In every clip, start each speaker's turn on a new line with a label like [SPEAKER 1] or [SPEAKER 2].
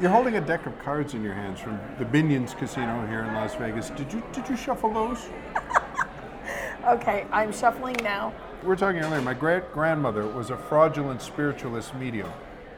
[SPEAKER 1] You're holding a deck of cards in your hands from the Binions Casino here in Las Vegas. Did you did you shuffle those?
[SPEAKER 2] Okay, I'm shuffling now.
[SPEAKER 1] We were talking earlier. My great grandmother was a fraudulent spiritualist medium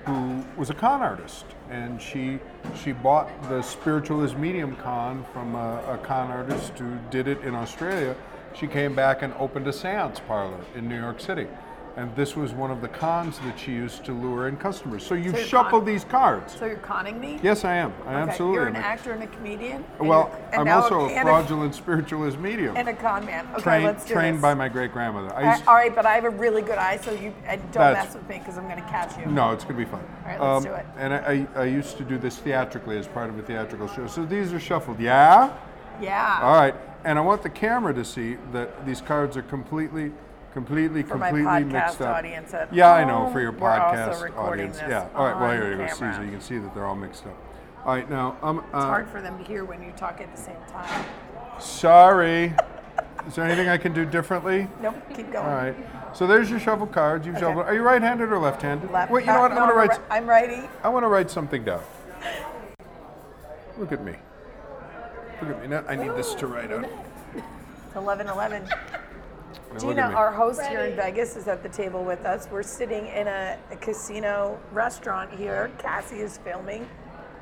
[SPEAKER 1] who was a con artist, and she she bought the spiritualist medium con from a, a con artist who did it in Australia. She came back and opened a séance parlor in New York City, and this was one of the cons that she used to lure in customers. So you
[SPEAKER 2] So
[SPEAKER 1] have
[SPEAKER 2] you're
[SPEAKER 1] shuffled
[SPEAKER 2] con-
[SPEAKER 1] these cards.
[SPEAKER 2] So you're conning me?
[SPEAKER 1] yes, I am. I
[SPEAKER 2] Okay,
[SPEAKER 1] absolutely
[SPEAKER 2] You're
[SPEAKER 1] am.
[SPEAKER 2] an
[SPEAKER 1] I-
[SPEAKER 2] actor and a comedian. and
[SPEAKER 1] Well,
[SPEAKER 2] you're- and
[SPEAKER 1] I'm
[SPEAKER 2] now-
[SPEAKER 1] also a
[SPEAKER 2] and
[SPEAKER 1] fraudulent spiritualist medium.
[SPEAKER 2] and a con man. Okay,
[SPEAKER 1] trained
[SPEAKER 2] let's do
[SPEAKER 1] trained
[SPEAKER 2] this.
[SPEAKER 1] by my great grandmother.
[SPEAKER 2] All
[SPEAKER 1] I
[SPEAKER 2] right,
[SPEAKER 1] used,
[SPEAKER 2] all right, but I have a really good eye, so you uh, don't
[SPEAKER 1] That's-
[SPEAKER 2] mess with me because I'm going to catch you.
[SPEAKER 1] no, it's gonna be fun. Um,
[SPEAKER 2] right, let's do it.
[SPEAKER 1] And I, I, I used to do this theatrically as part of a theatrical show. So these are shuffled. Yeah.
[SPEAKER 2] Yeah.
[SPEAKER 1] All right. And I want the camera to see that these cards are completely, completely,
[SPEAKER 2] For my
[SPEAKER 1] completely
[SPEAKER 2] podcast
[SPEAKER 1] mixed up.
[SPEAKER 2] audience at
[SPEAKER 1] yeah, I know for your
[SPEAKER 2] home, we're also
[SPEAKER 1] podcast
[SPEAKER 2] recording
[SPEAKER 1] audience.
[SPEAKER 2] this
[SPEAKER 1] yeah. All right. Well,
[SPEAKER 2] on
[SPEAKER 1] here you go. See,
[SPEAKER 2] camera.
[SPEAKER 1] so you can see that they're all mixed up. All right. Now, um,
[SPEAKER 2] It's
[SPEAKER 1] uh,
[SPEAKER 2] hard for them to hear when you talk at the same time.
[SPEAKER 1] sorry. Is there anything I can do differently?
[SPEAKER 2] Nope, keep going.
[SPEAKER 1] All right. So there's your shovel cards. You've shoveled. Are you right-handed or left-handed?
[SPEAKER 2] Left-
[SPEAKER 1] Wait, you know
[SPEAKER 2] uh,
[SPEAKER 1] what?
[SPEAKER 2] no,
[SPEAKER 1] I'm gonna
[SPEAKER 2] I'm
[SPEAKER 1] write.
[SPEAKER 2] ri- I'm righty.
[SPEAKER 1] I want to write something down. Look at me. Look at me. Now I need this to write out.
[SPEAKER 2] It's 11 11.
[SPEAKER 1] Now look
[SPEAKER 2] Gina,
[SPEAKER 1] at me.
[SPEAKER 2] our host here in Vegas, is at the table with us. We're sitting in a, a casino restaurant here. Cassie is filming,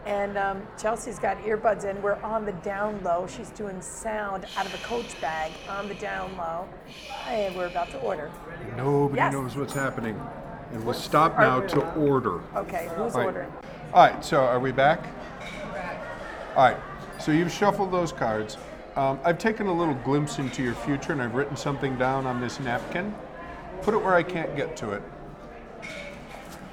[SPEAKER 2] and um, Chelsea's got earbuds in. We're on the down low. She's doing sound out of a coach bag on the down low. Hey, we're about to order.
[SPEAKER 1] Nobody
[SPEAKER 2] Yes.
[SPEAKER 1] knows what's happening, and we'll stop now to order.
[SPEAKER 2] Okay, who's
[SPEAKER 1] Right.
[SPEAKER 2] ordering?
[SPEAKER 1] All right. So are we back? All right. So you've shuffled those cards. Um, I've taken a little glimpse into your future, and I've written something down on this napkin. Put it where I can't get to it.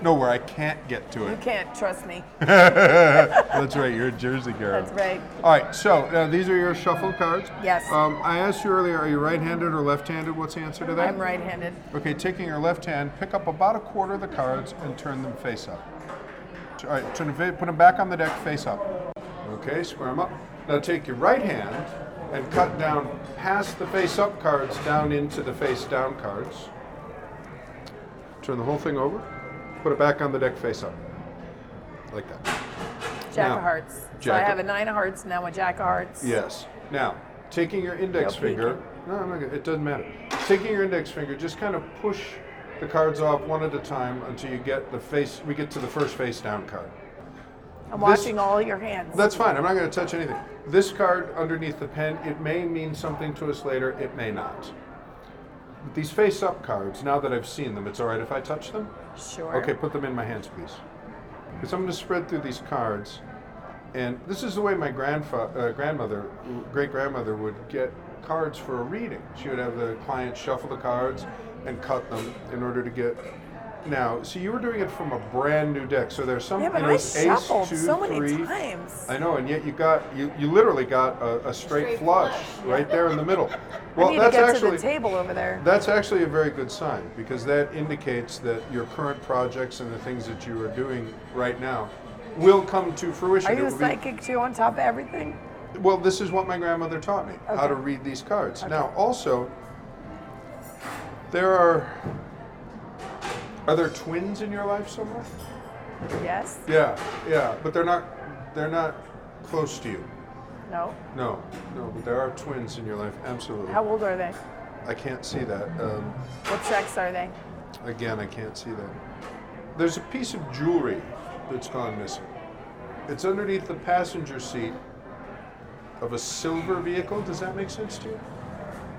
[SPEAKER 1] no, where I can't get to
[SPEAKER 2] You
[SPEAKER 1] it.
[SPEAKER 2] can't trust me.
[SPEAKER 1] That's right. You're a Jersey girl.
[SPEAKER 2] That's right.
[SPEAKER 1] All right. So uh, these are your shuffled cards.
[SPEAKER 2] Yes.
[SPEAKER 1] Um, I asked you earlier, are you right-handed or left-handed? What's the answer to that?
[SPEAKER 2] I'm right-handed.
[SPEAKER 1] Okay, taking your left hand, pick up about a quarter of the cards and turn them face up. All right, turn them, fa- put them back on the deck, face up. Okay, square them up. Now take your right hand and cut down past the face up cards down into the face down cards. Turn the whole thing over, put it back on the deck, face up. Like that.
[SPEAKER 2] Jack
[SPEAKER 1] Now,
[SPEAKER 2] of Hearts. so I
[SPEAKER 1] Jack of-
[SPEAKER 2] have a nine of hearts now, a Jack of Hearts.
[SPEAKER 1] Yes. Now, taking your index
[SPEAKER 2] They'll peek
[SPEAKER 1] finger. No, I'm not gonna, it doesn't matter. Taking your index finger, just kind of push the cards off one at a time until you get the face. We get to the first face down card.
[SPEAKER 2] I'm
[SPEAKER 1] This-
[SPEAKER 2] watching all your hands.
[SPEAKER 1] That's fine. I'm not going to touch anything. This card underneath the pen, it may mean something to us later. It may not. But these face up cards, now that I've seen them, it's all right if I touch them.
[SPEAKER 2] sure.
[SPEAKER 1] Okay, put them in my hands, please. Because I'm going to spread through these cards, and this is the way my grandfa- uh, grandmother, great grandmother, would get cards for a reading. She would have the client shuffle the cards and cut them in order to get. Now, see, you were doing it from a brand new deck, so there's some.
[SPEAKER 2] Yeah, but
[SPEAKER 1] it
[SPEAKER 2] I
[SPEAKER 1] was ace,
[SPEAKER 2] shuffled
[SPEAKER 1] two,
[SPEAKER 2] so many
[SPEAKER 1] three.
[SPEAKER 2] times.
[SPEAKER 1] I know, and yet you got you, you literally got a, a straight,
[SPEAKER 3] Straight
[SPEAKER 1] flush,
[SPEAKER 3] flush,
[SPEAKER 1] right there in the middle.
[SPEAKER 2] I
[SPEAKER 1] Well,
[SPEAKER 2] need
[SPEAKER 1] that's
[SPEAKER 2] to get
[SPEAKER 1] actually
[SPEAKER 2] to the table over there.
[SPEAKER 1] that's actually a very good sign because that indicates that your current projects and the things that you are doing right now will come to fruition.
[SPEAKER 2] Are
[SPEAKER 1] It
[SPEAKER 2] you a
[SPEAKER 1] will be-
[SPEAKER 2] psychic too on top of everything?
[SPEAKER 1] well, this is what my grandmother taught me how to read these cards. Now, also, there are. Are there twins in your life somewhere?
[SPEAKER 2] Yes?
[SPEAKER 1] Yeah, yeah, but they're not. They're not close to you.
[SPEAKER 2] No?
[SPEAKER 1] No, no, but there are twins in your life. Absolutely.
[SPEAKER 2] How old are they?
[SPEAKER 1] I can't see that. Um,
[SPEAKER 2] What sex are they?
[SPEAKER 1] Again, I can't see that. There's a piece of jewelry that's gone missing. It's underneath the passenger seat of a silver vehicle. Does that make sense to you?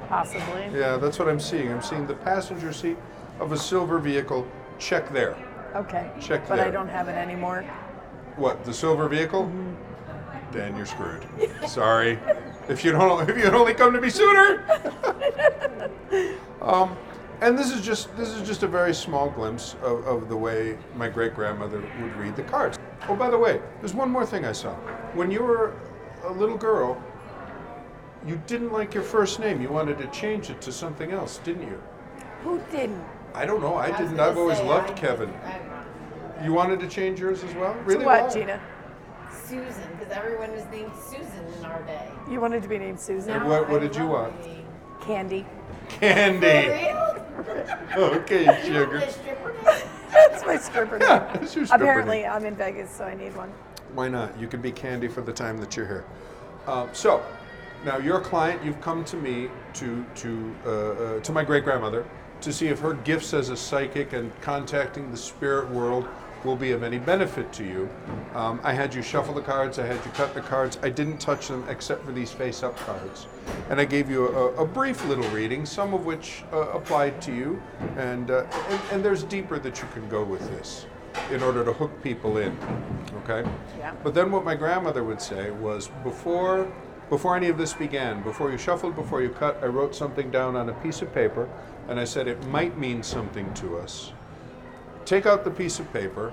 [SPEAKER 2] Possibly.
[SPEAKER 1] Yeah, that's what I'm seeing. I'm seeing the passenger seat of a silver vehicle. Check there.
[SPEAKER 2] Okay.
[SPEAKER 1] Check
[SPEAKER 2] But I
[SPEAKER 1] there.
[SPEAKER 2] don't have it anymore.
[SPEAKER 1] What, the silver vehicle? then you're screwed. Sorry. If you don't, if you'd only come to me sooner. um, and this is just this is just a very small glimpse of, of the way my great grandmother would read the cards. Oh, by the way, there's one more thing I saw. When you were a little girl, you didn't like your first name. You wanted to change it to something else, didn't you?
[SPEAKER 2] Who didn't?
[SPEAKER 1] I don't know. I,
[SPEAKER 3] was
[SPEAKER 1] didn't.
[SPEAKER 3] gonna
[SPEAKER 1] I've always
[SPEAKER 3] say,
[SPEAKER 1] loved
[SPEAKER 3] I-
[SPEAKER 1] Kevin.
[SPEAKER 3] I-
[SPEAKER 1] You wanted to change yours as well?
[SPEAKER 2] To
[SPEAKER 1] Really?
[SPEAKER 2] what,
[SPEAKER 1] Why?
[SPEAKER 2] Gina?
[SPEAKER 3] Susan, because everyone was named Susan in our day.
[SPEAKER 2] You wanted to be named Susan?
[SPEAKER 1] And what-
[SPEAKER 3] Now
[SPEAKER 1] what
[SPEAKER 3] I
[SPEAKER 1] did you
[SPEAKER 3] love
[SPEAKER 1] want?
[SPEAKER 3] being-
[SPEAKER 2] Candy.
[SPEAKER 3] For
[SPEAKER 1] Candy. Oh,
[SPEAKER 3] real?
[SPEAKER 1] Okay,
[SPEAKER 3] You want
[SPEAKER 1] sugar.
[SPEAKER 3] the stripper name?
[SPEAKER 2] That's my stripper name.
[SPEAKER 1] Yeah, that's your stripper
[SPEAKER 2] Apparently,
[SPEAKER 1] name.
[SPEAKER 2] I'm in Vegas, so I need one.
[SPEAKER 1] Why not? You can be candy for the time that you're here. Um, so, now you're a client. You've come to me to to uh, uh, to my great grandmother to see if her gifts as a psychic and contacting the spirit world will be of any benefit to you. Um, I had you shuffle the cards. I had you cut the cards. I didn't touch them except for these face-up cards, and I gave you a, a brief little reading, some of which uh, applied to you, and, uh, and and there's deeper that you can go with this in order to hook people in. Okay?
[SPEAKER 2] Yeah.
[SPEAKER 1] But then what my grandmother would say was before before any of this began, before you shuffled, before you cut, I wrote something down on a piece of paper and I said it might mean something to us. Take out the piece of paper,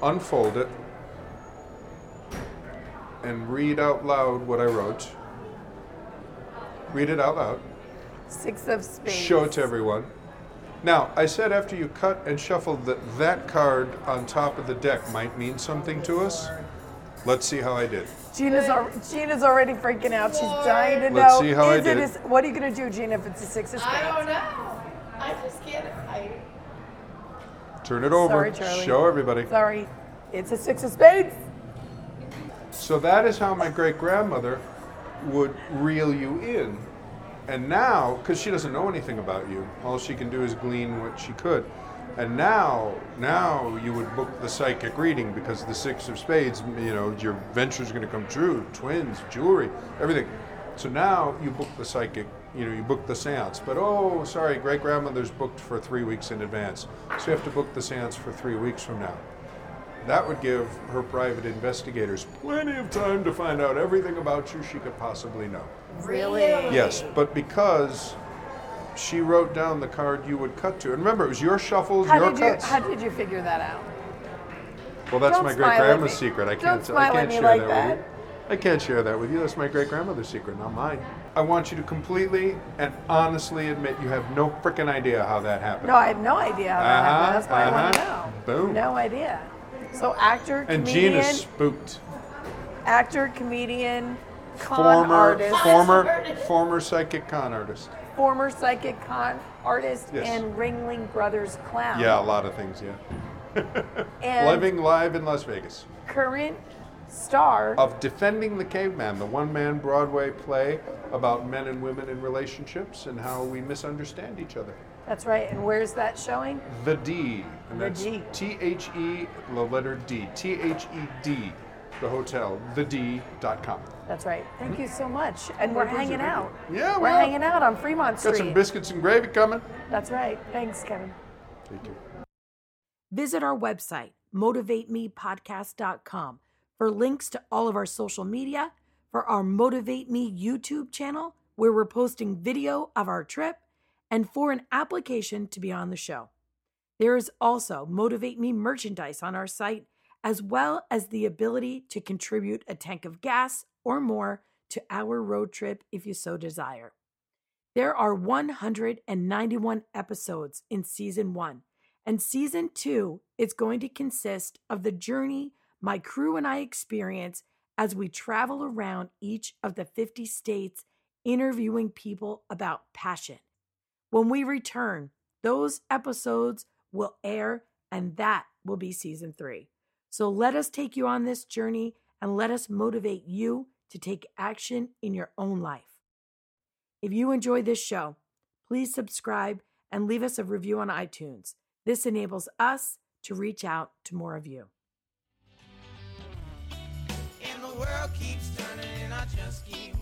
[SPEAKER 1] unfold it, and read out loud what I wrote. Read it out loud.
[SPEAKER 2] Six of spades.
[SPEAKER 1] Show it to everyone. Now, I said after you cut and shuffled that that card on top of the deck might mean something to us. Let's see how I did.
[SPEAKER 2] Gina's, al- Gina's already freaking out. She's dying to
[SPEAKER 1] Let's
[SPEAKER 2] know.
[SPEAKER 1] see how I
[SPEAKER 2] is it
[SPEAKER 1] did.
[SPEAKER 2] a s- what are you going to do, Gina, if it's a six of spades?
[SPEAKER 3] I don't know. I just can't. I,
[SPEAKER 1] Turn it over.
[SPEAKER 2] Sorry, Charlie.
[SPEAKER 1] Show everybody.
[SPEAKER 2] Sorry. It's a six of spades.
[SPEAKER 1] So that is how my great grandmother would reel you in. And now, because she doesn't know anything about you, all she can do is glean what she could. And now, now you would book the psychic reading because the six of spades, you know, your venture's going to come true. Twins, jewelry, everything. So now you book the psychic, you know, you book the seance. But oh, sorry, great grandmother's booked for three weeks in advance. So you have to book the seance for three weeks from now. That would give her private investigators plenty of time to find out everything about you she could possibly know.
[SPEAKER 2] Really?
[SPEAKER 1] Yes, but because she wrote down the card you would cut to, and remember, it was your shuffles,
[SPEAKER 2] How
[SPEAKER 1] your
[SPEAKER 2] did, you,
[SPEAKER 1] cuts.
[SPEAKER 2] how did you figure that out?
[SPEAKER 1] well, that's
[SPEAKER 2] Don't
[SPEAKER 1] my
[SPEAKER 2] smile
[SPEAKER 1] great
[SPEAKER 2] at
[SPEAKER 1] grandma's
[SPEAKER 2] me.
[SPEAKER 1] secret. I
[SPEAKER 2] Don't
[SPEAKER 1] can't.
[SPEAKER 2] smile
[SPEAKER 1] I
[SPEAKER 2] at
[SPEAKER 1] can't
[SPEAKER 2] me
[SPEAKER 1] share
[SPEAKER 2] like
[SPEAKER 1] that,
[SPEAKER 2] that.
[SPEAKER 1] with you. I can't share that with you. That's my great grandmother's secret, not mine. I want you to completely and honestly admit you have no freaking idea how that happened.
[SPEAKER 2] No, I have no idea how that
[SPEAKER 1] Uh-huh,
[SPEAKER 2] happened. That's why I
[SPEAKER 1] uh-huh.
[SPEAKER 2] want to know.
[SPEAKER 1] Boom.
[SPEAKER 2] No idea. So actor,
[SPEAKER 1] and
[SPEAKER 2] comedian,
[SPEAKER 1] Gina spooked.
[SPEAKER 2] actor, comedian, con
[SPEAKER 1] Former,
[SPEAKER 2] artist,
[SPEAKER 1] former, former psychic con artist.
[SPEAKER 2] former psychic con artist,
[SPEAKER 1] Yes.
[SPEAKER 2] and Ringling Brothers clown.
[SPEAKER 1] Yeah, a lot of things. Yeah,
[SPEAKER 2] And
[SPEAKER 1] living live in Las Vegas
[SPEAKER 2] current star.
[SPEAKER 1] of defending the caveman, the one-man Broadway play about men and women in relationships and how we misunderstand each other.
[SPEAKER 2] That's right. And where's that showing?
[SPEAKER 1] The D, and
[SPEAKER 2] The
[SPEAKER 1] that's
[SPEAKER 2] D.
[SPEAKER 1] T H E, the letter D, T H E D, the hotel, the D.com.
[SPEAKER 2] That's right. Thank you so much. And we're
[SPEAKER 1] pleasure.
[SPEAKER 2] hanging
[SPEAKER 1] Thank
[SPEAKER 2] out.
[SPEAKER 1] you. Yeah, we
[SPEAKER 2] we're
[SPEAKER 1] are.
[SPEAKER 2] hanging out on Fremont
[SPEAKER 1] Got
[SPEAKER 2] Street.
[SPEAKER 1] some biscuits and gravy coming.
[SPEAKER 2] That's right. Thanks, Kevin.
[SPEAKER 1] Thank you.
[SPEAKER 2] Visit our website, motivatemepodcast.com, for links to all of our social media, for our Motivate Me YouTube channel, where we're posting video of our trip, and for an application to be on the show. There is also Motivate Me merchandise on our site, as well as the ability to contribute a tank of gas or more to our road trip if you so desire. There are 191 episodes in season one, and season two is going to consist of the journey my crew and I experience as we travel around each of the 50 states interviewing people about passion. When we return, those episodes will air, and that will be season three. So let us take you on this journey and let us motivate you to take action in your own life. If you enjoy this show, please subscribe and leave us a review on iTunes. This enables us to reach out to more of you.
[SPEAKER 4] And the world keeps turning and I just keep